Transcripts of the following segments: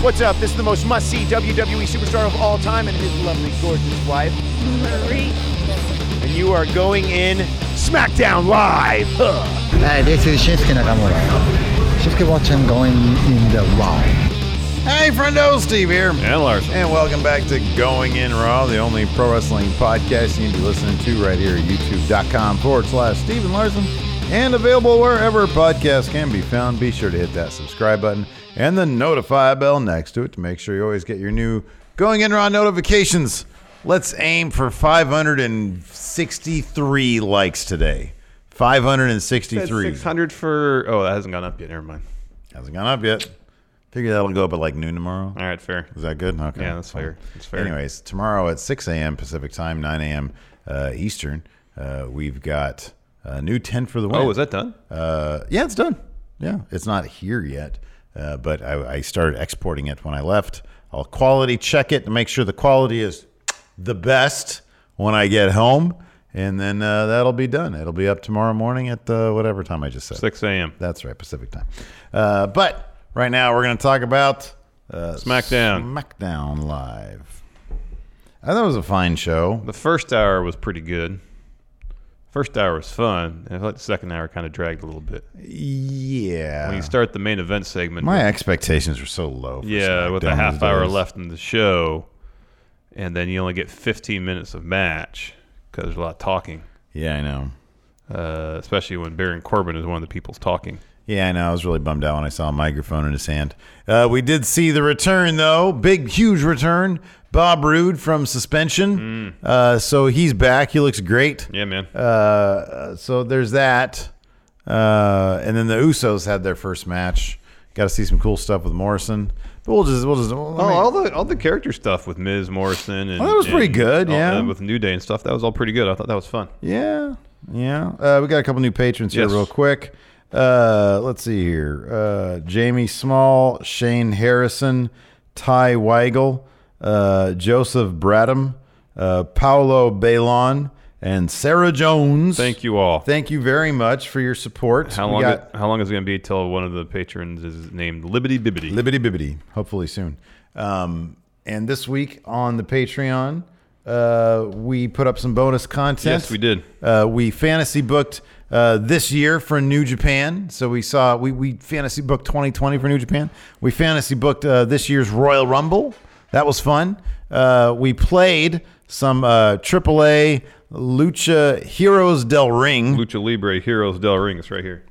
What's up? This is the most must see WWE E superstar of all time and his lovely, gorgeous wife, Marie. And you are going in SmackDown Live. Huh. Hey, this is Shinsuke Nakamura. Shinsuke watching going in the wrong. Hey, friendo, Steve here. And Larson. And welcome back to Going In Raw, the only pro wrestling podcast you need to be listening to right here at youtube.com forward slash Steven Larson and available wherever podcasts can be found. Be sure to hit that subscribe button and the notify bell next to it to make sure you always get your new Going In Raw notifications. Let's aim for 563 likes today. 563. Six hundred for. Oh, that hasn't gone up yet. Never mind. Hasn't gone up yet. Figure that'll go up at like noon tomorrow. All right, fair. Is that good? Okay. Yeah, that's fair. That's fair. Anyways, tomorrow at 6 a.m. Pacific time, 9 a.m. Uh, Eastern, uh, we've got a new 10 for the win. Oh, is that done? Uh, yeah, it's done. Yeah, it's not here yet, uh, but I, I started exporting it when I left. I'll quality check it to make sure the quality is the best when I get home, and then uh, that'll be done. It'll be up tomorrow morning at uh, whatever time I just said. Six a.m. That's right, Pacific time. Uh, but right now we're going to talk about uh, SmackDown. SmackDown Live. I thought it was a fine show. The first hour was pretty good. First hour was fun. and I thought the second hour kind of dragged a little bit. When Yeah. you start the main event segment, My expectations were so low. For yeah, with a SmackDown half these hour days. left in the show, and then you only get fifteen minutes of match because there's a lot of talking, Yeah, I know. uh, especially when Baron Corbin is one of the people's talking. Yeah, I know. I was really bummed out when I saw a microphone in his hand. Uh, we did see the return, though. Big, huge return. Bob Roode from suspension. Mm. Uh, so he's back. He looks great. Yeah, man. Uh, so there's that. Uh, and then the Usos had their first match. Got to see some cool stuff with Morrison. But we'll just, we'll just. well, I Oh, mean- all the all the character stuff with Ms. Morrison and Oh, that was pretty and good, all- yeah. and with New Day and stuff, that was all pretty good. I thought that was fun. Yeah, yeah. Uh, we got a couple new patrons here, Yes. real quick. Uh, let's see here: uh, Jamie Small, Shane Harrison, Ty Weigel, uh, Joseph Bradham, uh, Paolo Balon, and Sarah Jones. Thank you all. Thank you very much for your support. How We long? got- it- how long is it going to be till one of the patrons is named Liberty Bibbity? Libbity bibbity. Hopefully soon. Um, and this week on the Patreon, uh, we put up some bonus content. Yes, we did. Uh, we fantasy booked uh, this year for New Japan. So we saw, we, we fantasy booked 2020 for New Japan. We fantasy booked uh, this year's Royal Rumble. That was fun. Uh, we played some uh, AAA Lucha Heroes Del Ring. Lucha Libre Heroes Del Ring. It's right here.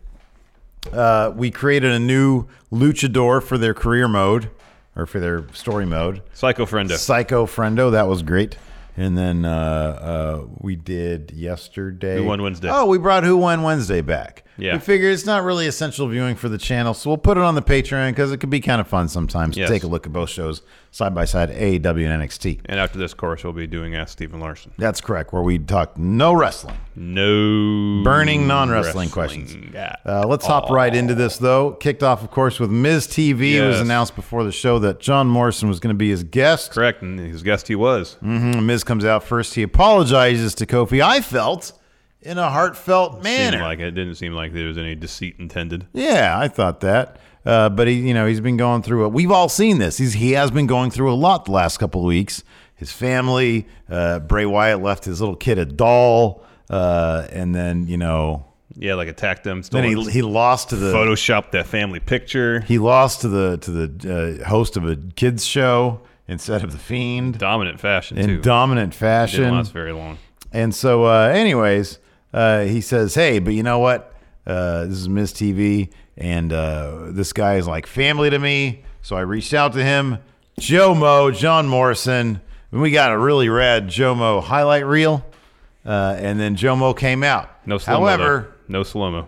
Uh, we created a new luchador for their career mode or for their story mode. Psycho Friendo. Psycho Friendo. That was great. And then uh, uh, we did yesterday. Who Won Wednesday. Oh, we brought Who Won Wednesday back. Yeah. We figured it's not really essential viewing for the channel, so we'll put it on the Patreon because it could be kind of fun sometimes Yes. to take a look at both shows side by side, AEW and NXT. and after this course, we'll be doing Ask Stephen Larson. That's correct, where we talk no wrestling, No burning non wrestling questions. Yeah. Uh, let's hop right into this, though. Kicked off, of course, with Ms. TV. It was Yes. announced before the show that John Morrison was going to be his guest. Correct. And his guest he was. Mhm. Miz comes out first. He apologizes to Kofi. I felt in a heartfelt manner. Seemed like it. didn't seem like there was any deceit intended. Yeah, I thought that. Uh, but he, you know, he's been going through it. We've all seen this. He's he has been going through a lot the last couple of weeks. His family, uh, Bray Wyatt left his little kid a doll, uh, and then you know, Yeah, like attacked them. Stole then he he lost to the photoshopped that family picture. he lost to the to the uh, host of a kids show instead of the fiend Dominant fashion in too. dominant fashion. Didn't last very long. And so, uh, anyways, uh, he says, "Hey, but you know what? Uh, this is Miss TV, and uh, this guy is like family to me. So I reached out to him, Joe Mo, John Morrison, and we got a really rad Joe Mo highlight reel. Uh, and then Joe Mo came out. No slow However, no slow mo.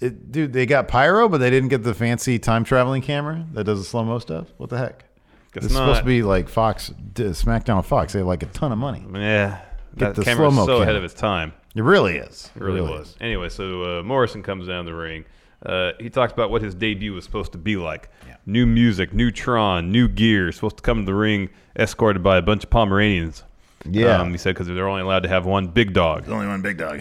it, dude, they got pyro, but they didn't get the fancy time traveling camera that does the slow mo stuff. What the heck? Guess It's supposed not. to be like Fox, SmackDown with Fox. They have like a ton of money. Yeah, that Get the camera was slow-mo so ahead camera. of its time. It really is. It really, was. Anyway, so uh, Morrison comes down the ring. Uh, he talks about what his debut was supposed to be like. New music, new Tron, new gear. Supposed to come to the ring escorted by a bunch of Pomeranians. Yeah. Um, he said because they're only allowed to have one big dog. Only one big dog.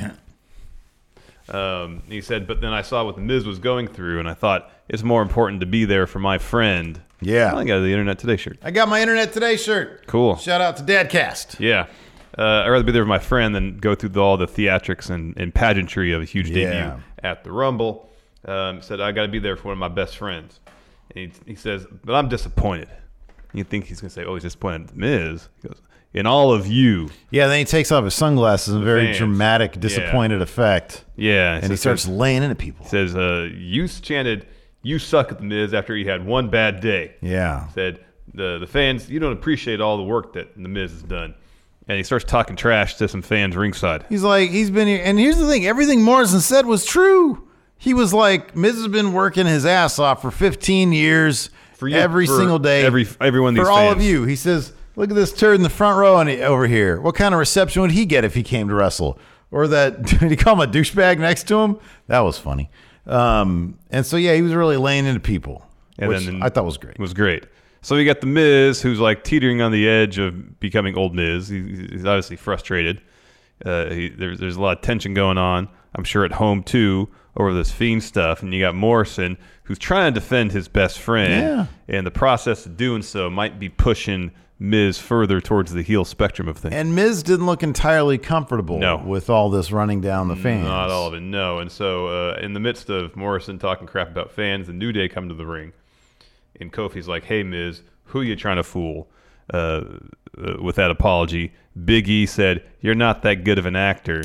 Um, he said, but then I saw what the Miz was going through, and I thought it's more important to be there for my friend. Yeah. I got the Internet Today shirt. I got my Internet Today shirt. Cool. Shout out to Dadcast. Yeah. Uh, I'd rather be there with my friend than go through the, all the theatrics and, and pageantry of a huge Yeah. debut at the Rumble. Um, said, I got to be there for one of my best friends. And he, he says, But I'm disappointed. You think he's going to say, Oh, he's disappointed. in Miz. He goes, In all of you. Yeah, then he takes off his sunglasses in a very Fans. dramatic, Yeah. disappointed effect. Yeah. And he starts laying into people. Says, uh, You chanted, You suck at the Miz after he had one bad day. Yeah. said the the fans you don't appreciate all the work that the Miz has done, and he starts talking trash to some fans ringside. He's like, he's been here. And here's the thing everything Morrison said was true. He was like, Miz has been working his ass off for 15 years, For for you- every for single day. every- every one of For these all of fans. you. He says, look at this turd in the front row on, over here. What kind of reception would he get if he came to wrestle? Or that, did he call him a douchebag next to him? That was funny. Um, and so, yeah, he was really laying into people, And which then I thought was great. It was great. So we got the Miz who's like teetering on the edge of becoming old Miz. He, he's obviously frustrated. Uh, he, there's there's a lot of tension going on. I'm sure at home too over this fiend stuff, and you got Morrison who's trying to defend his best friend, and the process of doing so might be pushing Miz further towards the heel spectrum of things. And Miz didn't look entirely comfortable No. with all this running down the fans. Not all of it, no. And so, uh, in the midst of Morrison talking crap about fans, the New Day come to the ring, and Kofi's like, "Hey, Miz, who you trying to fool?" Uh, uh, with that apology, Big E said, "You're not that good of an actor."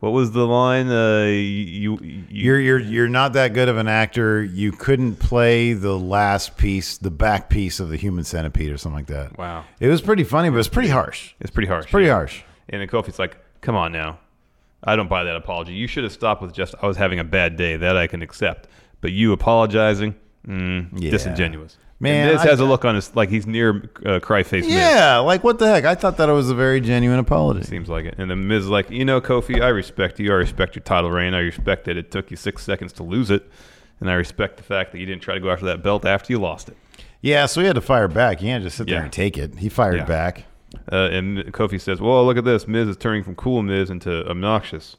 What was the line? Uh, you, you, You're you're you're not that good of an actor. You couldn't play the last piece, the back piece of the Human Centipede, or something like that. Wow. it was pretty funny, but it's pretty harsh. it's pretty harsh. Pretty yeah. harsh. And then Kofi's like, "Come on now, I don't buy that apology. You should have stopped with just I was having a bad day. That I can accept, but you apologizing." Mm, Disingenuous. Man, and Miz I- has a look on his like he's near uh, cry face. Miz. Yeah, like what the heck? I thought that it was a very genuine apology. Seems like it. And then Miz is like, you know, Kofi, I respect you. I respect your title reign. I respect that it took you six seconds to lose it. And I respect the fact that you didn't try to go after that belt after you lost it. Yeah, so he had to fire back. He can't just sit there Yeah. and take it. He fired Yeah. back. Uh, and Kofi says, well, look at this. Miz is turning from cool Miz into obnoxious,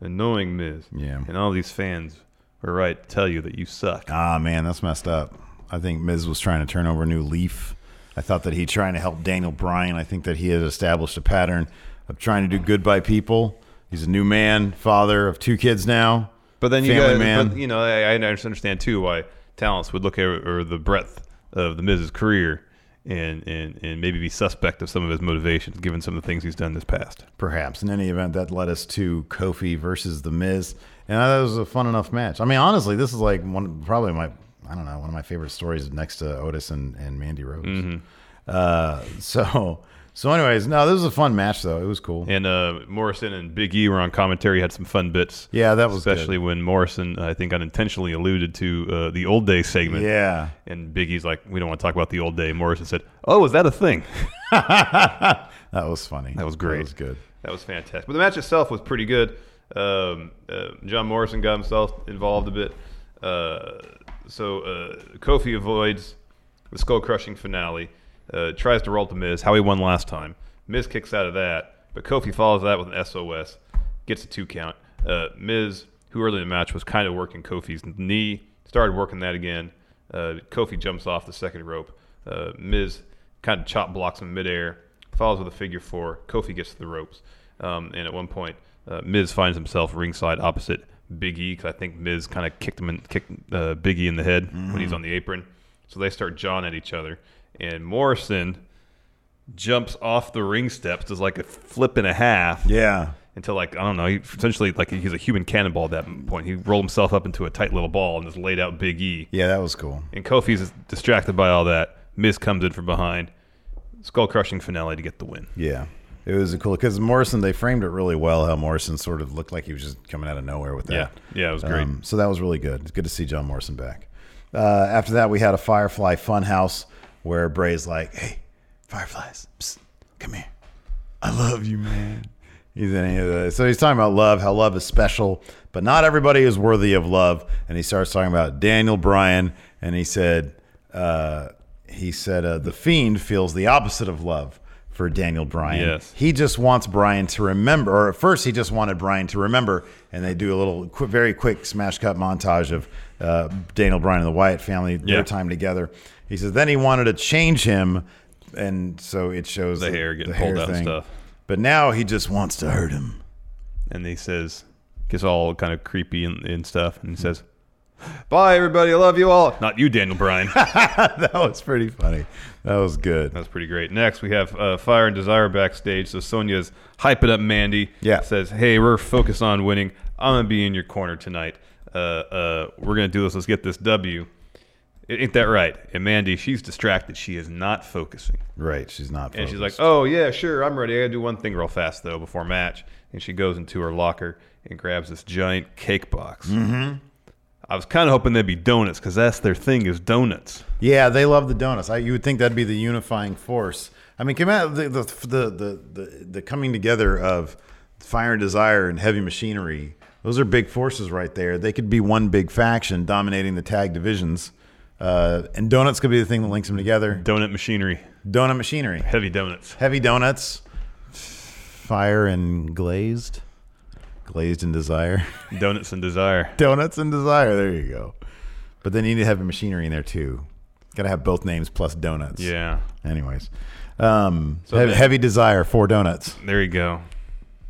annoying Miz. Yeah. And all these fans were right to tell you that you suck. Ah, man, that's messed up. I think Miz was trying to turn over a new leaf. I thought that he trying to help Daniel Bryan. I think that he has established a pattern of trying to do good by people. He's a new man, father of two kids now. But then you Family guys, man. But, you know, I, I understand too why talents would look at or the breadth of the Miz's career and, and, and maybe be suspect of some of his motivations given some of the things he's done this past. perhaps. In any event, that led us to Kofi versus The Miz, and that was a fun enough match. I mean, honestly, this is like one probably my I don't know one of my favorite stories next to Otis and, and Mandy Rose. Mm-hmm. Uh, so so, anyways, no, this was a fun match though. It was cool. And uh, Morrison and Big E were on commentary, had some fun bits. Yeah, that was especially when Morrison, I think, unintentionally alluded to uh, the old day segment. Yeah. And Big E's like, we don't want to talk about the old day. Morrison said, "Oh, is that a thing?" That was funny. That was great. That was good. that was fantastic. But the match itself was pretty good. Um, uh, John Morrison got himself involved a bit. Uh, so uh, Kofi avoids the skull crushing finale, uh, tries to roll to Miz, how he won last time. Miz kicks out of that, but Kofi follows that with an SOS, gets a two count. Uh, Miz, who early in the match was kind of working Kofi's knee, started working that again. Uh, Kofi jumps off the second rope. Uh, Miz kind of chop blocks him midair, follows with a figure four. Kofi gets to the ropes. Um, and at one point, uh, Miz finds himself ringside opposite Big E because I think Miz kind of kicked him and kicked uh, Big E in the head when he's on the apron. So they start jawing at each other. And Morrison jumps off the ring steps, does like a flip and a half Yeah. until like I don't know. He essentially like he's a human cannonball at that point. He rolled himself up into a tight little ball and just laid out Big E. Yeah, that was cool. And Kofi's distracted by all that. Miz comes in from behind, skull crushing finale to get the win. Yeah. It was a cool because Morrison they framed it really well. How Morrison sort of looked like he was just coming out of nowhere with that. Um, Yeah. Yeah, it was great. so that was really good. It's good to see John Morrison back. Uh, after that, we had a Firefly Funhouse where Bray's like, "Hey, Fireflies, psst, come here. I love you, man." He's in the, so he's talking about love, how love is special, but not everybody is worthy of love. And he starts talking about Daniel Bryan, and he said, uh, he said, uh, the fiend feels the opposite of love for Daniel Bryan. Yes. He just wants Brian to remember, or at first he just wanted Brian to remember, and they do a little, qu- very quick smash cut montage of uh, Daniel Bryan and the Wyatt family, Yeah. their time together. He says then he wanted to change him, and so it shows The hair getting pulled out and stuff. But now he just wants to hurt him. And he says, gets all kind of creepy and, and stuff, and he says, "Bye everybody, I love you all." Not you, Daniel Bryan. that That was pretty funny. That was good. was pretty great. Next, we have uh, Fire and Desire backstage. So Sonya's hyping up Mandy. Yeah. says, "Hey, we're focused on winning. I'm gonna be in your corner tonight. Uh, uh, we're gonna do this. Let's get this W." I- Ain't that right? And Mandy, she's distracted. She is not focusing. Right? She's not. And she's like, focused. "Oh yeah, sure, I'm ready. I gotta do one thing real fast though before match." And she goes into her locker and grabs this giant cake box. Mm-hmm. I was kind of hoping they'd be donuts because that's their thing is donuts. Yeah, they love the donuts. I, you would think that'd be the unifying force. I mean, come out the the the the, the, the coming together of Fire and Desire and Heavy Machinery. Those are big forces right there. They could be one big faction dominating the tag divisions, uh, and donuts could be the thing that links them together. Donut machinery, Donut machinery, heavy donuts. heavy donuts, fire and glazed, glazed and desire. Donuts and desire. Donuts and Desire. There you go. But then you need to have a machinery in there too. Got to have both names plus donuts. Yeah. Anyways, um, So hev- the- heavy desire for donuts. There you go.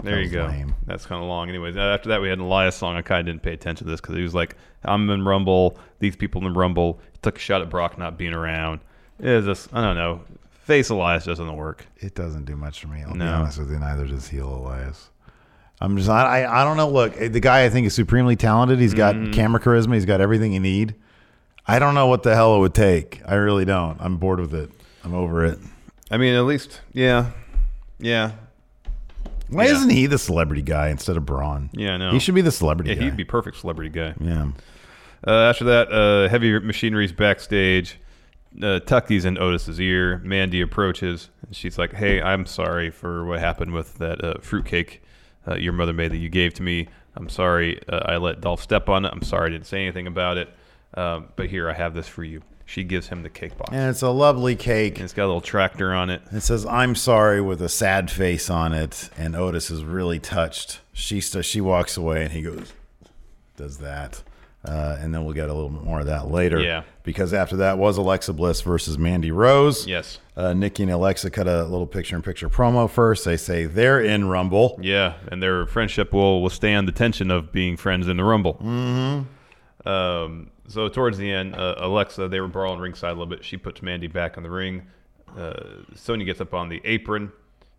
There That you was go. lame. That's kind of long. Anyways, uh, after that, we had an Elias song. I kind of didn't pay attention to this because he was like, I'm in Rumble. These people in Rumble. He took a shot at Brock not being around. It's just, I don't know. Face Elias doesn't work. It doesn't do much for me. I'll No. be honest with you. Neither does heel Elias. I'm just not. I, I don't know. Look, eh, the guy I think is supremely talented. He's got Mm-hmm. camera charisma. He's got everything you need. I don't know what the hell it would take. I really don't. I'm bored with it. I'm over it. I mean, at least, yeah. Yeah. Why Yeah. isn't he the celebrity guy instead of Braun? Yeah, I know. He should be the celebrity Yeah, guy. he'd be perfect celebrity guy. yeah. Uh, after that, uh, heavy machinery's backstage. Uh, Tucky's in Otis's ear. Mandy approaches. And she's like, "Hey, I'm sorry for what happened with that uh, fruitcake uh, your mother made that you gave to me. I'm sorry uh, I let Dolph step on it. I'm sorry I didn't say anything about it. Um, but here, I have this for you." She gives him the cake box. And it's a lovely cake. And it's got a little tractor on it. It says "I'm sorry" with a sad face on it, and Otis is really touched. She st- she walks away, and he goes, does that, uh, and then we'll get a little bit more of that later. Yeah. because after that was Alexa Bliss versus Mandy Rose. Yes. uh, Nikki and Alexa cut a little picture-in-picture promo first. They say they're in Rumble. Yeah, and their friendship will withstand the tension of being friends in the Rumble. Mm-hmm. Um, so towards the end, uh, Alexa, they were brawling ringside a little bit. She puts Mandy back in the ring. Uh, Sonya gets up on the apron,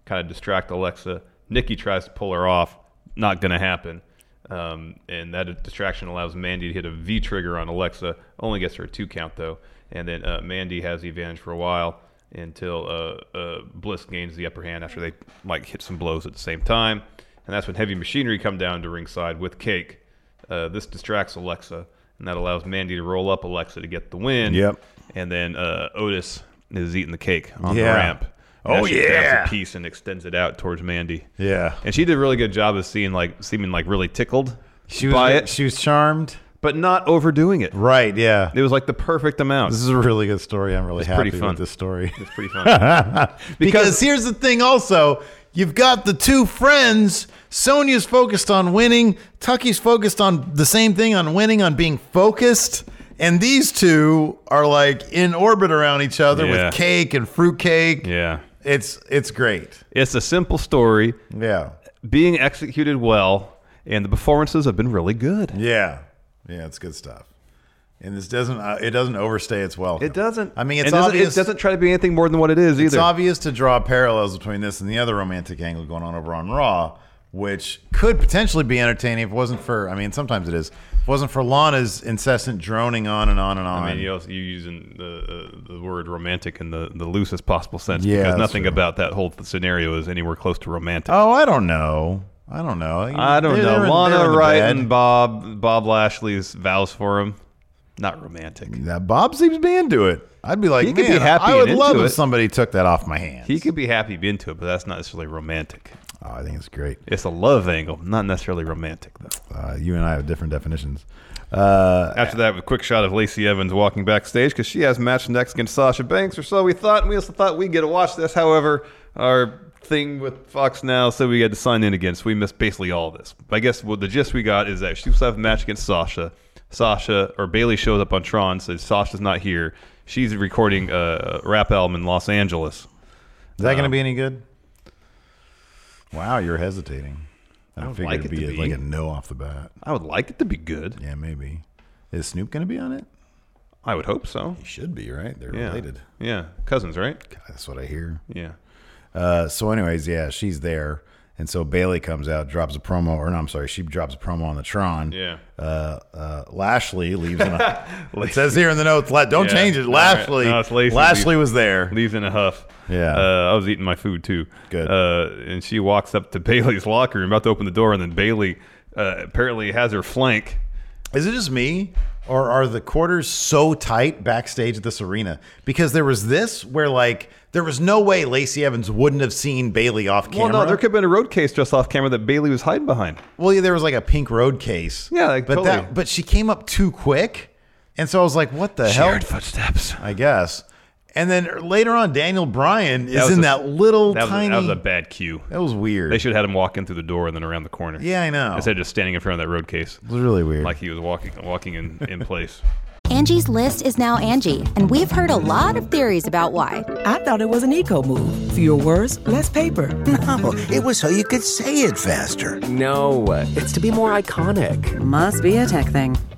kind of distract Alexa. Nikki tries to pull her off. Not going to happen. Um, and that distraction allows Mandy to hit a V trigger on Alexa. Only gets her a two count though, and then uh, Mandy has the advantage for a while until uh, uh, Bliss gains the upper hand after they like hit some blows at the same time, and that's when Heavy Machinery come down to ringside with Cake. Uh, this distracts Alexa, and that allows Mandy to roll up Alexa to get the win. Yep. And then uh, Otis is eating the cake on Yeah. the ramp. And Oh, she grabs yeah. a piece and extends it out towards Mandy. Yeah, And she did a really good job of seeing like seeming like really tickled she was by it, she was charmed. but not overdoing it. Right? Yeah, It was like the perfect amount. this is a really good story. I'm really It's happy pretty fun. with this story. It's pretty fun. because, here's the thing also You've got the two friends. Sonya's focused on winning. Tucky's focused on the same thing on winning, on being focused. And these two are like in orbit around each other Yeah. with cake and fruitcake. Yeah. It's it's great. It's a simple story Yeah. being executed well, and the performances have been really good. Yeah, yeah, it's good stuff. And this doesn't uh, it doesn't overstay its welcome. It doesn't. I mean, it's it doesn't, obvious. It doesn't try to be anything more than what it is It's either. obvious to draw parallels between this and the other romantic angle going on over on Raw, which could potentially be entertaining if it wasn't for. I mean, sometimes it is. If it wasn't for Lana's incessant droning on and on and on. I mean, you also, you're using the uh, the word romantic in the, the loosest possible sense Yeah, because that's nothing true. about that whole scenario is anywhere close to romantic. oh, I don't know. I don't know. I don't They're- know. they're in- they're Lana in the Wright bed. and Bob Bob Lashley's vows for him, not romantic. That Bob seems to be into it. I'd be like, He could be man, happy I and would into love it. if somebody took that off my hands. He could be happy being into it, but that's not necessarily romantic. Oh, I think it's great. It's a love angle, not necessarily romantic though. Uh, you and I have different definitions. Uh, After that, a quick shot of Lacey Evans walking backstage because she has a match next against Sasha Banks, or so we thought. And we also thought we'd get to watch this. However, our thing with Fox now said we had to sign in again, so we missed basically all this. I guess what the gist we got is that she was to have a match against Sasha. Sasha or Bailey shows up on Tron, says Sasha's not here. She's recording a rap album in Los Angeles. Is that going to be any good? Uh, Wow, you're hesitating. I, would figured like it'd it be, to a- be. like a no off the bat. I would like it to be good. Yeah, maybe. Is Snoop going to be on it? I would hope so. He should be, right? They're Yeah. related. Yeah. Cousins, right? God, that's what I hear. Yeah. Uh, so, anyways, yeah, she's there, and so Bailey comes out, drops a promo, or no, I'm sorry, she drops a promo on the Tron. Yeah. Uh, uh, Lashley leaves. In a, it says here in the notes. La- don't Yeah. change it. All right. Lashley. No, it's Lacey. Lashley was there. leaves in a huff. Yeah. Uh, I was eating my food too. Good. Uh, and she walks up to Bailey's locker room, about to open the door, and then Bailey uh, apparently has her flank. Is it just me, or are the quarters so tight backstage at this arena? Because there was this where like there was no way Lacey Evans wouldn't have seen Bailey off Well, camera. no, there could have been a road case just off camera that Bailey was hiding behind. Well, yeah, there was like a pink road case. Yeah, like, but totally. that but she came up too quick, and so I was like, what the hell? footsteps. I guess. And then later on, Daniel Bryan is was in a- that little That was, tiny. that was a bad cue. that was weird. They should have had him walk in through the door and then around the corner. Yeah, I know. Instead of just standing in front of that road case, it was really weird. like he was walking walking in, in place. Angie's list is now Angie, and we've heard a lot of theories about why. I thought it was an eco move. Fewer words, less paper. No, it was so you could say it faster. No, it's to be more iconic. Must be a tech thing.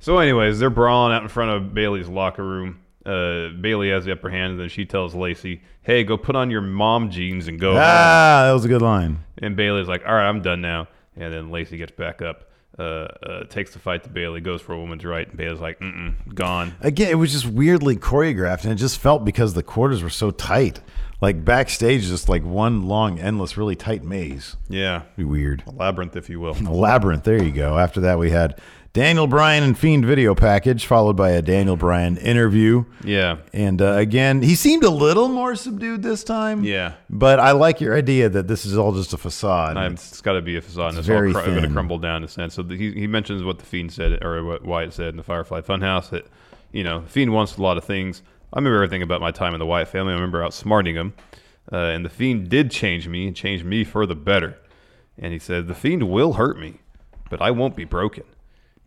So, anyways, they're brawling out in front of Bailey's locker room. Uh, Bailey has the upper hand, and then she tells Lacey, "Hey, go put on your mom jeans and go." home." Ah, that was a good line. And Bailey's like, all right, I'm done now. And then Lacey gets back up, uh, uh, takes the fight to Bailey, goes for a woman's right, and Bailey's like, mm mm, gone. Again, it was just weirdly choreographed, and it just felt because the quarters were so tight. Like backstage, just like one long, endless, really tight maze. Yeah. Be weird. A labyrinth, if you will. A labyrinth. There you go. After that, we had Daniel Bryan and Fiend video package, followed by a Daniel Bryan interview. Yeah. And uh, again, he seemed a little more subdued this time. Yeah. But I like your idea that this is all just a facade. And it's got to be a facade. And it's it's all very cr- going to thin. crumble down to sense. So the, he, he mentions what the Fiend said, or what Wyatt said in the Firefly Funhouse that, you know, the Fiend wants a lot of things. I remember everything about my time in the Wyatt family. I remember outsmarting him. Uh, and the Fiend did change me and changed me for the better. And he said, The Fiend will hurt me, but I won't be broken.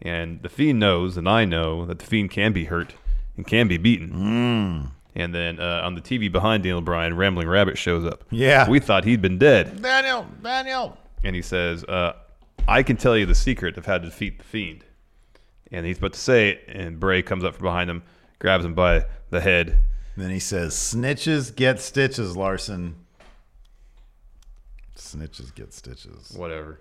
And the Fiend knows, and I know, that the Fiend can be hurt and can be beaten. Mm. And then uh, on the TV behind Daniel Bryan, Rambling Rabbit shows up. Yeah. We thought he'd been dead Daniel, Daniel. and he says, uh, "I can tell you the secret of how to defeat the fiend." And he's about to say it, and Bray comes up from behind him, grabs him by the head. Then he says, "Snitches get stitches, Larson." Snitches get stitches. Whatever.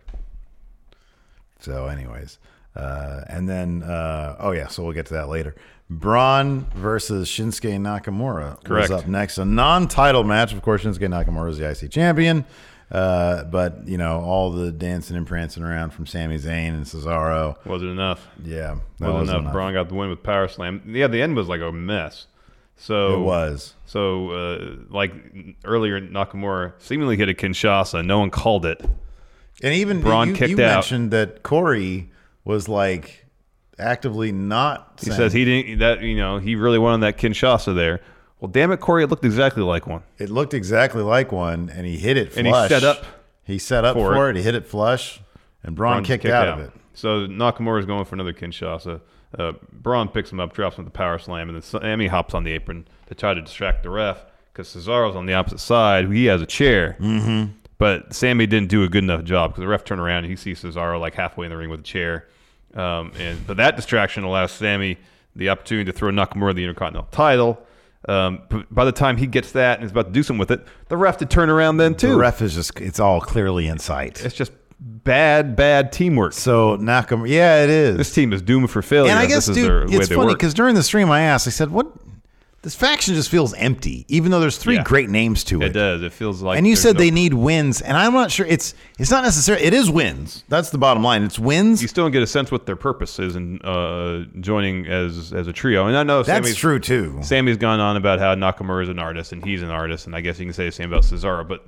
So, anyways, uh, and then uh, oh yeah, so we'll get to that later. Braun versus Shinsuke Nakamura Correct. was up next, a non-title match. Of course, Shinsuke Nakamura is the IC champion, uh, but you know all the dancing and prancing around from Sami Zayn and Cesaro. Wasn't enough. Yeah, that Wasn't wasn't enough. enough. Braun got the win with power slam. Yeah, the end was like a mess. So It was. So uh, like earlier, Nakamura seemingly hit a Kinshasa. No one called it. And even Braun you, kicked you out. mentioned that Corey was like actively not. He saying- says he didn't. That you know he really wanted that Kinshasa there. Well, damn it, Corey, it looked exactly like one. It looked exactly like one, and he hit it flush. And he set up He set up for for, it. it. He hit it flush, and Braun, Braun kicked, out, of it. So Nakamura is going for another Kinshasa. Uh, Braun picks him up, drops him with the power slam, and then Sammy hops on the apron to try to distract the ref because Cesaro's on the opposite side. He has a chair. Mm-hmm. But Sammy didn't do a good enough job because the ref turned around and he sees Cesaro like halfway in the ring with a chair. Um, and But that distraction allows Sammy the opportunity to throw Nakamura the Intercontinental title. Um, b- by the time he gets that and is about to do something with it, the ref to turn around then too. The ref is just—it's all clearly in sight. it's just bad, bad teamwork. So Nakamura, yeah, it is. This team is doomed for failure. and I if guess, this is their dude, way it's they funny work. because during the stream, I asked, I said, "What? This faction just feels empty, even though there's three Yeah. great names to it does. It feels like. and you there's said no- they need wins, and I'm not sure it's it's not necessarily it is wins. That's the bottom line. It's wins. You still don't get a sense what their purpose is in uh, joining as as a trio. And I know That's Sammy's, true too. Sammy's gone on about how Nakamura is an artist and he's an artist, and I guess you can say the same about Cesaro. But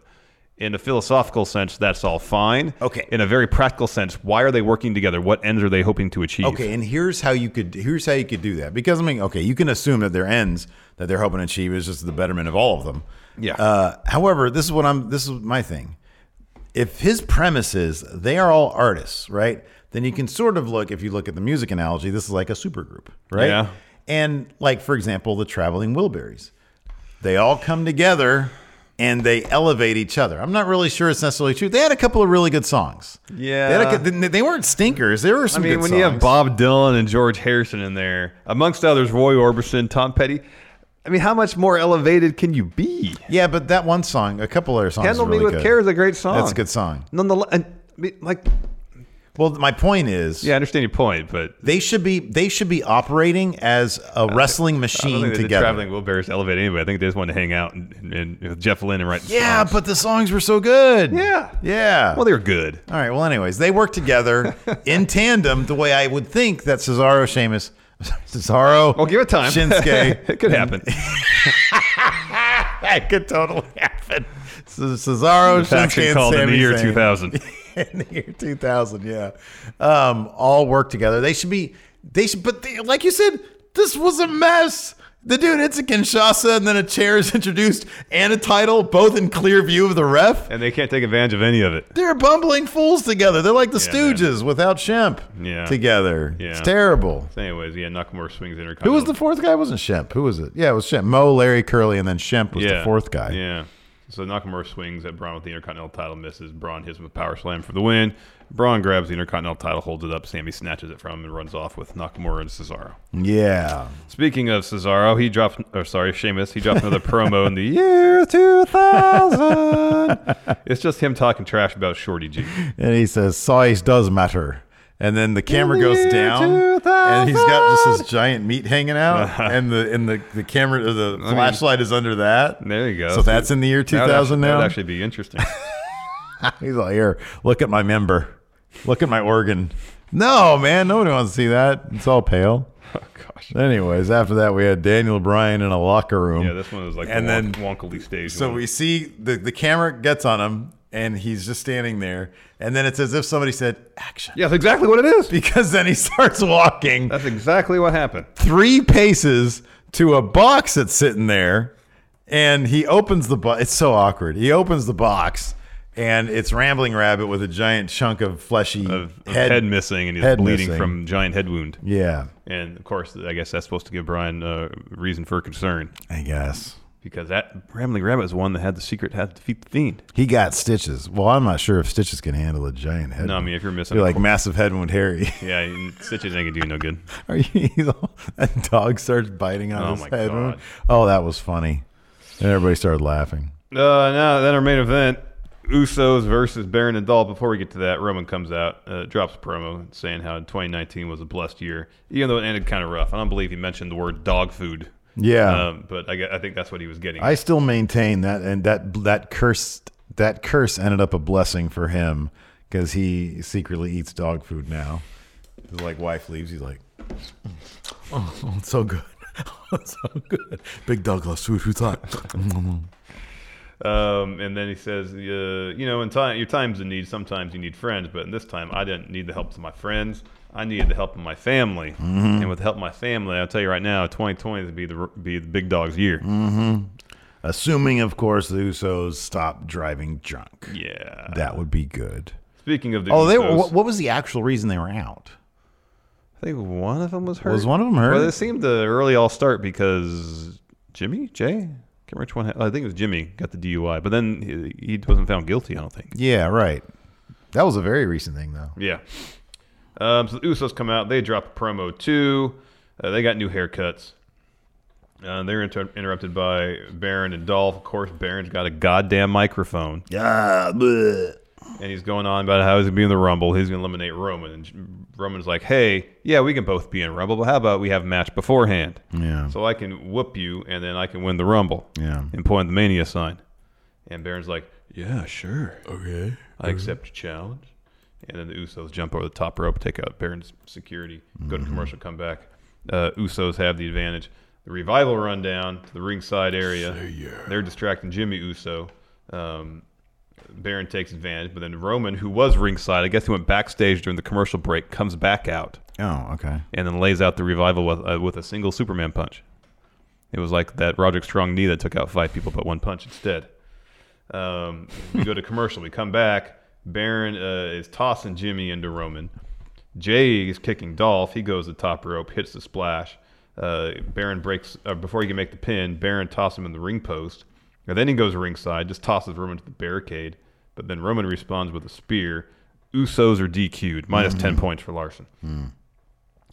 in a philosophical sense, that's all fine. Okay. In a very practical sense, why are they working together? What ends are they hoping to achieve? Okay, and here's how you could here's how you could do that because I mean, okay, you can assume that their ends that they're hoping to achieve is just the betterment of all of them. Yeah. Uh, however, this is what I'm. This is my thing. If his premise is they are all artists, right? Then you can sort of look. If you look at the music analogy, this is like a supergroup, right? Yeah. And like for example, the Traveling Wilburys, they all come together and they elevate each other. I'm not really sure it's necessarily true. They had a couple of really good songs. Yeah. They, had a, they- they weren't stinkers. There were I some. mean, good when you have songs. Bob Dylan and George Harrison in there, amongst others, Roy Orbison, Tom Petty. I mean, how much more elevated can you be? Yeah, but that one song, a couple other songs. Handle are really Me with good. Care is a great song. That's a good song. Nonetheless, and, I mean, like, Well, my point is, yeah, I understand your point, but they should be they should be operating as a wrestling I don't machine think the together. traveling Wilburys elevate anybody. I think they just wanted to hang out and, and, and with Jeff Lynne and write. yeah, songs. but the songs were so good. yeah, yeah. Well, they were good. All right. Well, anyways, they work together in tandem the way I would think that Cesaro, Sheamus, Cesaro. Well, give it time. Shinsuke. it could happen. that could totally happen. C- Cesaro, Shinsuke, Faction and called in the Sami year Zayn. 2000. in the year 2000 yeah um all work together they should be they should but they, like you said this was a mess the dude hits a kinshasa and then a chair is introduced and a title both in clear view of the ref and they can't take advantage of any of it. they're bumbling fools together they're like the Yeah, man. stooges without shemp Yeah. together Yeah. it's terrible So anyways, yeah, Nakamura swings intercontinental. who was the fourth guy? It wasn't Shemp. Who was it? Yeah, it was Shemp. Mo, Larry, Curly, and then Shemp was yeah. the fourth guy. Yeah. So Nakamura swings at Braun with the Intercontinental title, misses. Braun hits him with a power slam for the win. Braun grabs the Intercontinental title, holds it up. Sammy snatches it from him and runs off with Nakamura and Cesaro. Yeah. Speaking of Cesaro, he dropped, or sorry, Sheamus, he dropped another promo in the year 2000. it's just him talking trash about Shorty G. And he says, size does matter. And then the camera goes year down, and he's got just this giant meat hanging out, and the and the, the camera or the mean, flashlight is under that. There you go. So that's in the year That would 2000 actually- now. That'd actually be interesting. He's like, here, look at my member. Look at my organ. No, man, nobody wants to see that. It's all pale. Oh, gosh. Anyways, after that, we had Daniel Bryan in a locker room. yeah, this one was like and the then wonk- wonkily stage. so one. we see the, the camera gets on him, and he's just standing there. And then it's as if somebody said, action. Yeah, that's exactly what it is. Because then he starts walking. That's exactly what happened. Three paces to a box that's sitting there, and he opens the box. It's so awkward. He opens the box, and it's Rambling Rabbit with a giant chunk of fleshy head, missing and he's head bleeding missing. from giant head wound. Yeah. And of course, I guess that's supposed to give Brian uh, reason for concern. I guess. Because that Rambling Rabbit is one that had the secret had to defeat the fiend. He got stitches. Well, I'm not sure if stitches can handle a giant head. No, I wound. mean, if you're missing You're a like cor- massive head wound Harry. Yeah, and stitches ain't gonna do you no good. Are you? He's all, that dog starts biting on Oh his my head. wound. God. Oh, that was funny. And everybody started laughing. Uh, now then our main event, Usos versus Baron and Dahl. Before we get to that, Roman comes out, uh, drops a promo saying how 2019 was a blessed year, even though it ended kind of rough. I don't believe he mentioned the word dog food. Yeah. um, but I, gue- I think that's what he was getting. I still maintain that, and that that curse that curse ended up a blessing for him because he secretly eats dog food now. His like wife leaves, he's like, oh, oh, it's so good, oh, it's so good. Big dog loves food. Who thought? Um, and then he says, uh, you know, in time, your time's in need. Sometimes you need friends, but in this time, I didn't need the help of my friends. I needed the help of my family. Mhm. And with the help of my family, I'll tell you right now, 2020 would be the be the big dog's year. hmm Assuming, of course, the Usos stop driving drunk. Yeah, that would be good. Speaking of the oh, they were, Usos- what, what was the actual reason they were out? I think one of them was hurt. Was one of them hurt? Well, they seemed to really all start because Jimmy Jay, can't remember which one. had- I think it was Jimmy got the DUI, but then he, he wasn't found guilty. I don't think. Yeah, right. That was a very recent thing, though. Yeah. Um, so the Usos come out. They drop a promo too. Uh, they got new haircuts. Uh, they're inter- interrupted by Baron and Dolph. Of course, Baron's got a goddamn microphone. Yeah. And he's going on about how he's going to be in the Rumble. He's going to eliminate Roman. And J- Roman's like, hey, yeah, we can both be in Rumble, but how about we have a match beforehand? Yeah. So I can whoop you, and then I can win the Rumble. Yeah. And point the Mania sign. And Baron's like, yeah, sure. Okay. I accept your challenge. And then the Usos jump over the top rope, take out Baron's security, go to Mm-hmm. commercial, come back. Uh, Usos have the advantage. The revival run down to the ringside area. They're distracting Jimmy Uso. Um, Baron takes advantage, but then Roman, who was ringside, I guess he went backstage during the commercial break, comes back out Oh, okay. and then lays out the revival with, uh, with a single Superman punch. It was like that Roderick Strong knee that took out five people, but one punch instead. Um, we go to commercial. We come back. Baron uh, is tossing Jimmy into Roman. Jay is kicking Dolph. He goes the top rope, hits the splash. Uh, Baron breaks uh, before he can make the pin. Baron tosses him in the ring post. And then he goes ringside, just tosses Roman to the barricade. But then Roman responds with a spear. Usos are DQ'd, minus ten Mhm. points for Larson.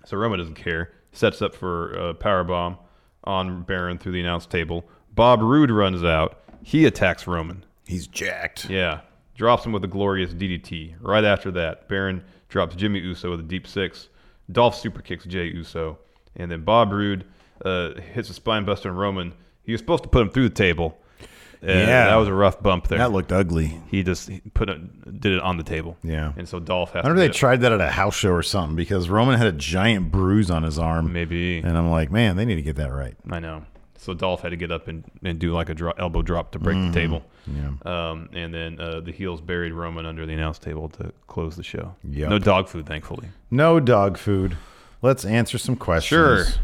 So Roman doesn't care. Sets up for a power bomb on Baron through the announce table. Bob Roode runs out. He attacks Roman. He's jacked. Yeah. Drops him with a glorious DDT. Right after that, Baron drops Jimmy Uso with a deep six. Dolph super kicks Jay Uso. And then Bob Roode uh, hits a spine buster on Roman. He was supposed to put him through the table. Uh, Yeah. That was a rough bump there. That looked ugly. He just he put it, did it on the table. Yeah. And so Dolph I has to remember get they it. tried that at a house show or something because Roman had a giant bruise on his arm. Maybe. And I'm like, man, they need to get that right. I know. So Dolph had to get up and, and do like a dro- elbow drop to break Mhm. the table. Yeah. Um, and then uh, the heels buried Roman under the announce table to close the show. Yep. No dog food, thankfully. No dog food. Let's answer some Sure. questions.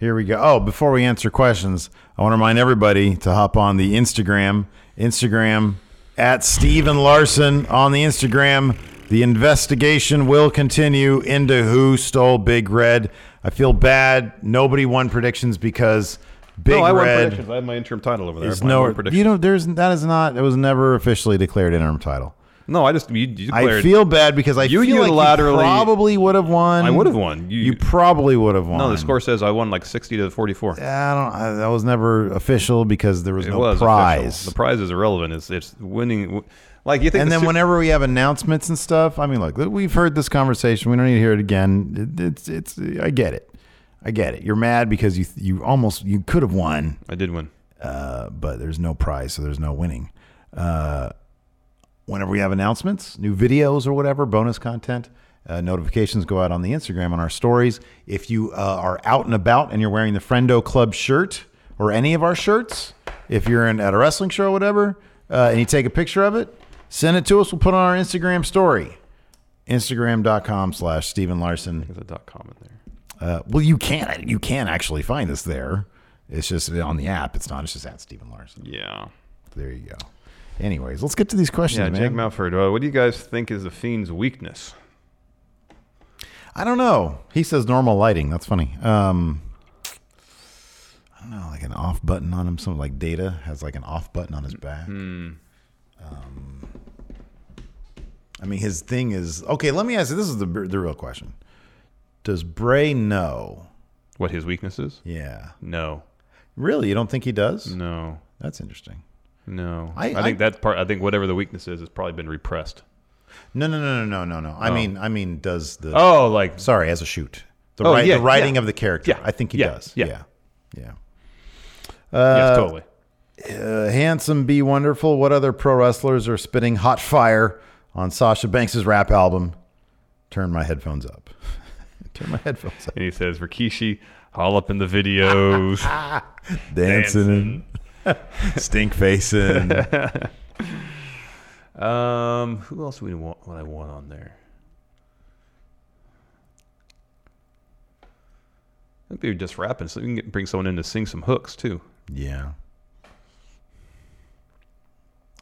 Here we go. Oh, before we answer questions, I want to remind everybody to hop on the Instagram. Instagram at Steven Larson on the Instagram. The investigation will continue into who stole Big Red. I feel bad. Nobody won predictions because Big no, I won Red predictions. I had my interim title over there. is I won no. predictions. You don't. There's that is not. It was never officially declared interim title. No, I just you, you declared. I feel bad because I You feel like unilaterally- you probably would have won. I would have won. You, You probably would have won. no, the score says I won like sixty to forty four. I don't. I, that was never official because there was It no was official. prize. The prize is irrelevant. It's it's winning. Like you think. and the then Sup- whenever we have announcements and stuff, I mean, look, we've heard this conversation. We don't need to hear it again. It, it's it's. I get it. I get it. You're mad because you you almost you could have won, I did win. uh, but there's no prize, so there's no winning. Uh, whenever we have announcements, new videos or whatever, bonus content, uh, notifications go out on the Instagram on our stories. If you uh, are out and about and you're wearing the Friendo Club shirt or any of our shirts, if you're in, at a wrestling show or whatever, uh, and you take a picture of it, send it to us. We'll put it on our Instagram story. Instagram.com slash Stephen Larson. There's a dot com in there. Uh, well, you can you can actually find us there. It's just on the app. It's not. It's just at Stephen Larson. Yeah. There you go. Anyways, let's get to these questions, Yeah, man. Jake Malford. Uh, what do you guys think is the Fiend's weakness? I don't know. He says normal lighting. That's funny. Um, I don't know, like an off button on him. Something like Data has like an off button on his back. Hmm. Um, I mean, his thing is okay. Let me ask you. This is the the real question. Does Bray know? What his weakness is? Yeah. No. Really, you don't think he does? No. That's interesting. No. I- I, think that part. I think whatever the weakness is has probably been repressed. No, no, no, no, no, no, no. I Oh. mean, I mean, does the Oh, like sorry as a shoot the, Oh, wri- yeah, the writing yeah. of the character? Yeah, I think he yeah, does. yeah. yeah. yeah. yes, Uh, totally. uh, handsome be wonderful what other pro wrestlers are spitting hot fire on sasha banks's rap album turn my headphones up turn my headphones up And he says Rikishi, all up in the videos. dancing, stink facing um, who else would want? What I want on there? I think they were just rapping, so we can get, bring someone in to sing some hooks too. yeah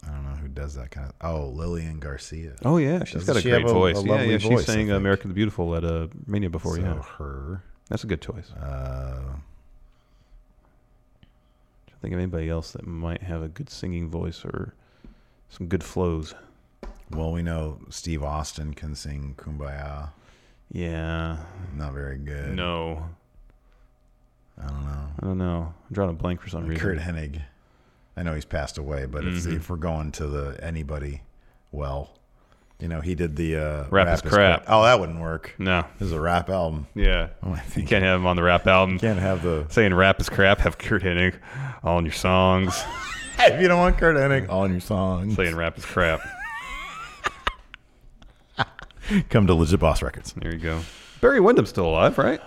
i don't know who does that kind of oh lillian garcia Oh yeah, she's got Doesn't a she great have a- voice. a yeah, lovely yeah, voice, she I sang uh, think. American the Beautiful at uh, Mania before. so yeah, her that's a good choice. uh I think of anybody else that might have a good singing voice or some good flows. well we know steve austin can sing kumbaya Yeah. not very good No. i don't know I don't know. I'm drawing a blank for some reason. Kurt Hennig. I know he's passed away, but it's, Mm-hmm. if we're going to the anybody, well, you know, he did the uh, Rap is crap. Mm. Oh, that wouldn't work. No. This is a rap album. Yeah. Oh, I You think can't have him on the rap album. can't have the. Saying rap is crap, have Kurt Hennig on your songs. If you don't want Kurt Hennig on your song, Saying rap is crap. come to Legit Boss Records. There you go. Barry Windham's still alive, right?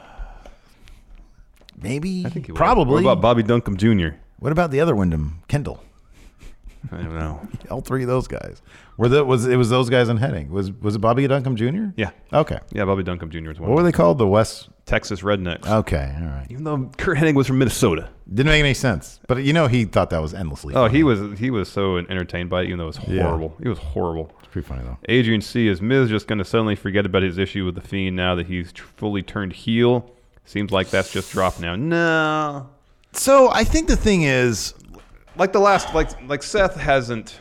Maybe. I think he was. probably. What about Bobby Duncombe Jr.? what about the other Wyndham? Kendall. I don't know. All three of those guys. Were the, was it was those guys in Hennig? Was was it Bobby Duncombe Jr.? Yeah. Okay. Yeah, Bobby Duncombe Jr. is one. What Uh, were they called? The West. Texas Rednecks. Okay. All right. Even though Kurt Hennig was from Minnesota. Didn't make any sense, but you know he thought that was endlessly. Oh, funny. he was he was so entertained by it, even though it was Yeah. horrible. It was horrible. pretty funny though. Adrian C. Is Miz just going to suddenly forget about his issue with the Fiend now that he's tr- fully turned heel? Seems like that's just dropped now. No, So I think the thing is, like the last, like like Seth hasn't.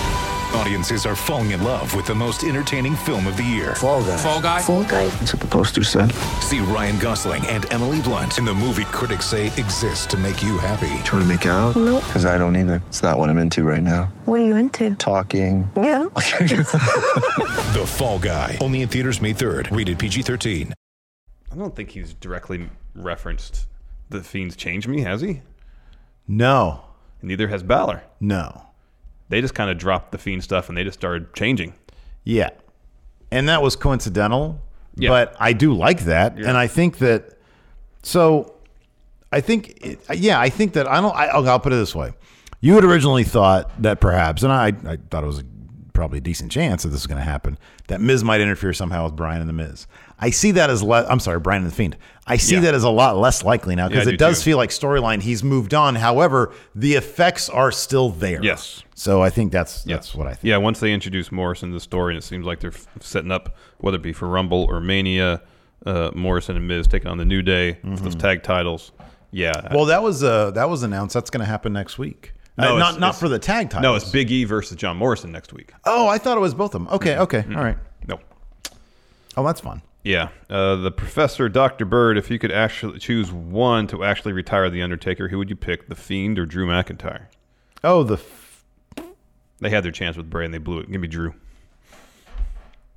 Audiences are falling in love with the most entertaining film of the year. Fall Guy. Fall Guy. Fall guy. That's what the poster said. See Ryan Gosling and Emily Blunt in the movie critics say exists to make you happy. Trying to make it out? Nope. Because I don't either. It's not what I'm into right now. What are you into? Talking. Yeah. The Fall Guy. Only in theaters May 3rd. Rated PG-13. I don't think he's directly referenced the Fiend's change me, has he? no, Neither has Balor. no. they just kind of dropped the Fiend stuff and they just started changing. Yeah. And that was coincidental, but I do like that. And I think that, so I think, it, yeah, I think that I don't, I, I'll, I'll put it this way. You had originally thought that perhaps, and I, I thought it was probably a decent chance that this was going to happen, that Miz might interfere somehow with Brian and the Miz. I see that as, le- I'm sorry, Brian and the Fiend. I see that as a lot less likely now because Yeah, I it do does too. feel like storyline he's moved on. However, the effects are still there. Yes. So I think that's, that's what I Yeah, once they introduce Morrison to the story, and it seems like they're f- setting up whether it be for Rumble or Mania, uh, Morrison and Miz taking on the New Day for those Mhm. tag titles. Yeah. Well, that was uh, that was announced. That's going to happen next week. Uh, it's- not not it's- for the tag title. No, it's Big E versus John Morrison next week. Oh, I thought it was both of them. Okay, Mm-hmm. okay, all right. No. Oh, that's fun. Yeah. Uh, the professor, Dr. Bird, if you could actually choose one to actually retire The Undertaker, who would you pick, The Fiend or Drew McIntyre? Oh, the. F- they had their chance with Bray and they blew it. Give me Drew.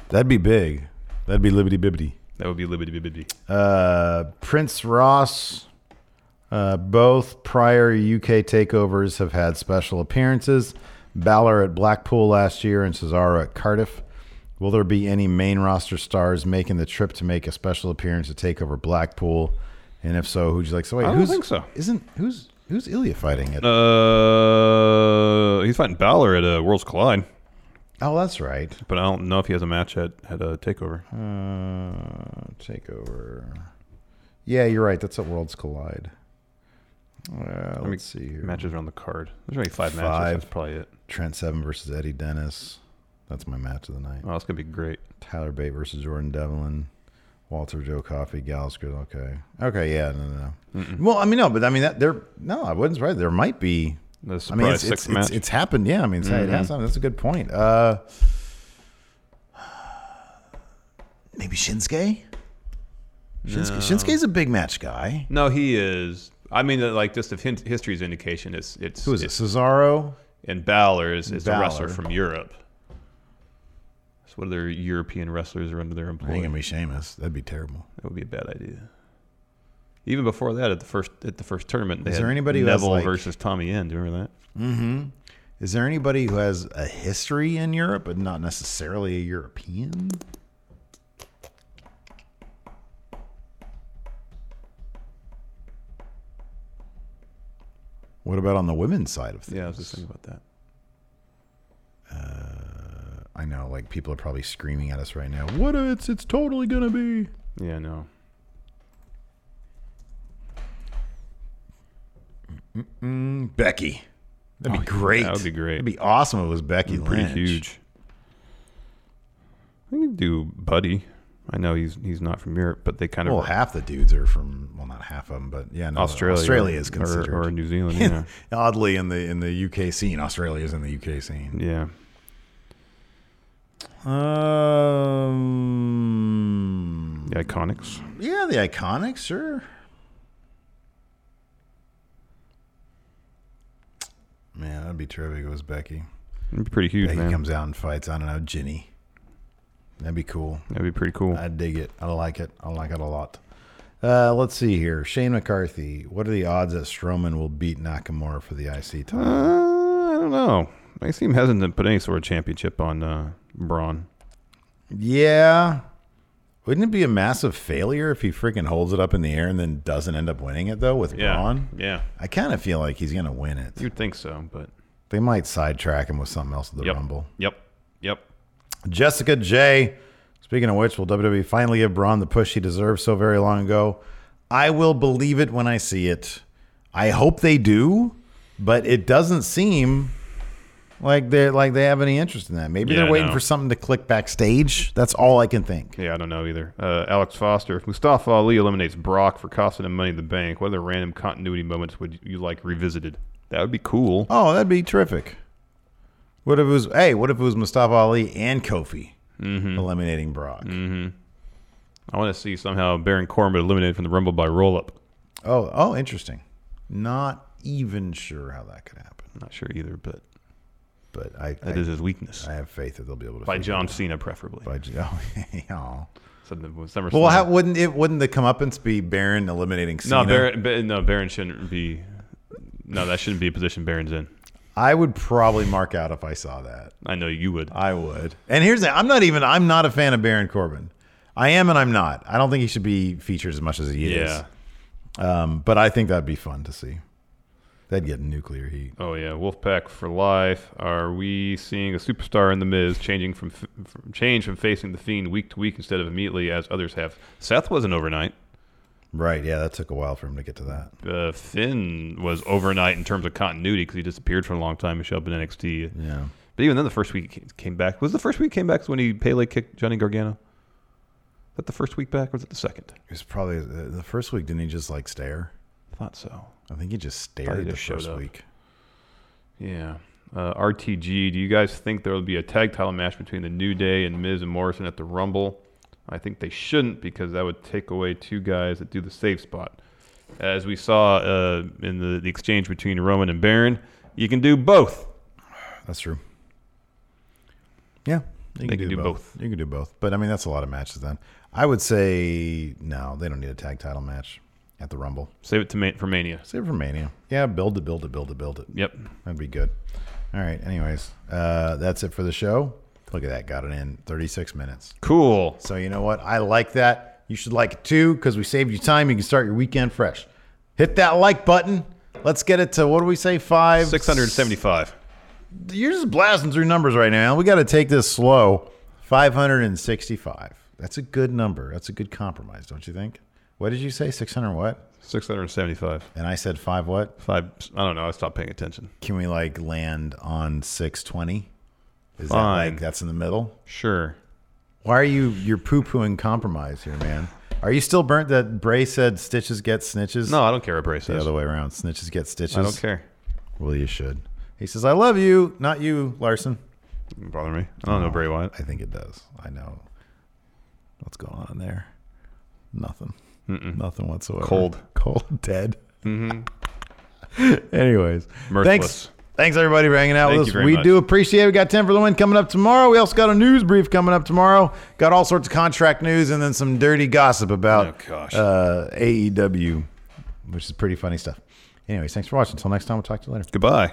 That'd be big. That'd be libbity bibbity. That would be Liberty Bibbidi. Uh, Prince Ross. Uh, both prior UK takeovers have had special appearances. Balor at Blackpool last year and Cesaro at Cardiff. Will there be any main roster stars making the trip to make a special appearance to take over Blackpool? And if so, who'd you like? So wait, I don't who's think so. Isn't who's who's Ilya fighting at? Uh, he's fighting Balor at uh, Worlds Collide. Oh, that's right. But I don't know if he has a match at, at a takeover. Uh, takeover. Yeah, you're right. That's at Worlds Collide. Uh, many let's see here. matches are on the card? There's only five matches. That's probably it. Trent Seven versus Eddie Dennis. That's my match of the night. Oh, that's gonna be great. Tyler Bate versus Jordan Devlin. Walter Joe Coffey, Gallagher. Okay. Okay. Yeah. No. No. no. Well, I mean, no, but I mean that there. No, I wasn't right. There might be. The I mean, surprise it's, it's, sixth it's, match. it's happened. Yeah. I mean, it's, it has Mhm. happened. That's a good point. Uh, maybe Shinsuke. Shinsuke. No. Shinsuke's a big match guy. No, he is. I mean, uh, like just if hin- history's indication, it's it's Who is it? it's- Cesaro. And Balor is, is a Balor. wrestler from Europe. So what other European wrestlers are under their employ? ain't gonna be Sheamus. That'd be terrible. That would be a bad idea. Even before that, at the first at the first tournament, they Is had there anybody who has, Neville like- versus Tommy End? Do you remember that? Mm-hmm. Is there anybody who has a history in Europe but not necessarily a European? What about on the women's side of things? Yeah, I was just thinking about that. I know, like people are probably screaming at us right now. What? a- It's it's totally gonna be. Yeah, no. Mm, Becky. That'd be great. Oh, That would be great. That'd be awesome. If it was Becky. Pretty Lynch. huge. I think you do Buddy. I know he's he's not from Europe, but they kind of Well, half the dudes are from well, not half of them, but yeah, no, Australia, Australia is or- considered or New Zealand, yeah. Oddly, in the in the UK scene, Australia is in the UK scene. Yeah. Um. The Iconics. Yeah, the Iconics, sure. Man, that'd be terrific. if It was Becky. It'd be pretty huge, Becky man. comes out and fights. I don't know, Ginny. That'd be cool. That'd be pretty cool. I dig it. I like it. I like it a lot. Uh, let's see here. Shane McCarthy. What are the odds that Strowman will beat Nakamura for the IC title? Uh, I don't know. They seem hesitant to put any sort of championship on uh, Braun. Yeah. Wouldn't it be a massive failure if he freaking holds it up in the air and then doesn't end up winning it though with Yeah, Braun? yeah. I kind of feel like he's gonna win it. You'd think so, but They might sidetrack him with something else at the Yep. Rumble. Yep. Yep. Jessica J. Speaking of which, will WWE finally give Braun the push he deserved so very long ago? I will believe it when I see it. I hope they do, but it doesn't seem like they like they have any interest in that. Maybe Yeah, they're waiting no. for something to click backstage. That's all I can think. Yeah, I don't know either. Uh, Alex Foster. If Mustafa Ali eliminates Brock for costing him money in the bank, what other random continuity moments would you like revisited? That would be cool. Oh, that'd be terrific. What if it was? Hey, what if it was Mustafa Ali and Kofi eliminating Brock? Mm-hmm. I want to see somehow Baron Corbin eliminated from the Rumble by roll up. Oh, oh, interesting. Not even sure how that could happen. Not sure either, but but I that is I- his weakness. I have faith that they'll be able to by figure John it out. Cena, preferably. By John. Oh. Something with SummerSlam. Well, how, wouldn't it? Wouldn't the comeuppance be Baron eliminating Cena? No, Baron, Ba- no, Baron shouldn't be. No, that shouldn't be a position Baron's in. I would probably mark out if I saw that. I know you would. I would. And here's the I'm not even I'm not a fan of Baron Corbin. I am and I'm not. I don't think he should be featured as much as he Yeah. is. Um, but I think that'd be fun to see. That'd get nuclear heat. Oh yeah, Wolfpack for life. Are we seeing a superstar in the Miz changing from, f- from change from facing the Fiend week to week instead of immediately as others have? Seth wasn't overnight. Right. Yeah, that took a while for him to get to that. Uh, Finn was overnight in terms of continuity because he disappeared for a long time and showed up in NXT. Yeah. But even then, the first week he came back was the first week he came back is when he Pele kicked Johnny Gargano. Is that the first week back or was it the second? It was probably uh, the the first week. Didn't he just like stare? Thought so. I think he just Thought he stared the just showed first up. week. Yeah. Uh, RTG, do you guys think there will be a tag title match between the New Day and Miz and Morrison at the Rumble? I think they shouldn't because that would take away two guys that do the safe spot. As we saw uh, in the, the exchange between Roman and Baron, you can do both. That's true. Yeah, They can do You can do both, but I mean that's a lot of matches. Then I would say no, they don't need a tag title match at the Rumble. Save it to ma- for Mania. Save it for Mania. Yeah, build it, build it, build it, build it. Yep, that'd be good. All right. Anyways, uh, that's it for the show. Look at that, got it in 36 minutes. Cool. So you know what? I like that. You should like it too because we saved you time. You can start your weekend fresh. Hit that like button. Let's get it to what do we say? Five, 675. You're just blasting through numbers right now. We got to take this slow. 565. That's a good number. That's a good compromise, don't you think? What did you say? 600 what? 675. And I said 5 what? 5 I don't know. I stopped paying attention. Can we like land on 620? Is that Fine. like that's in the middle? Sure. Why are you you're poo-pooing compromise here, man? Are you still burnt that Bray said stitches get snitches? No, I don't care what Bray The says. other way around. Snitches get stitches. I don't care. Well, you should. He says, I love you, not you, Larson. Doesn't bother me. I don't know Bray Wyatt. I think it does. I know. What's going on there? Nothing. Nothing whatsoever. Cold. Cold. Dead. Mm-hmm. Anyways. Merciless. Thanks. Thanks everybody for hanging out Thank with you us. very We much. do appreciate it. We got 10 for the win coming up tomorrow. We also got a news brief coming up tomorrow. Got all sorts of contract news and then some dirty gossip about Oh, Uh, AEW, which is pretty funny stuff. Anyways, thanks for watching. Until next time, we'll talk to you later. Goodbye.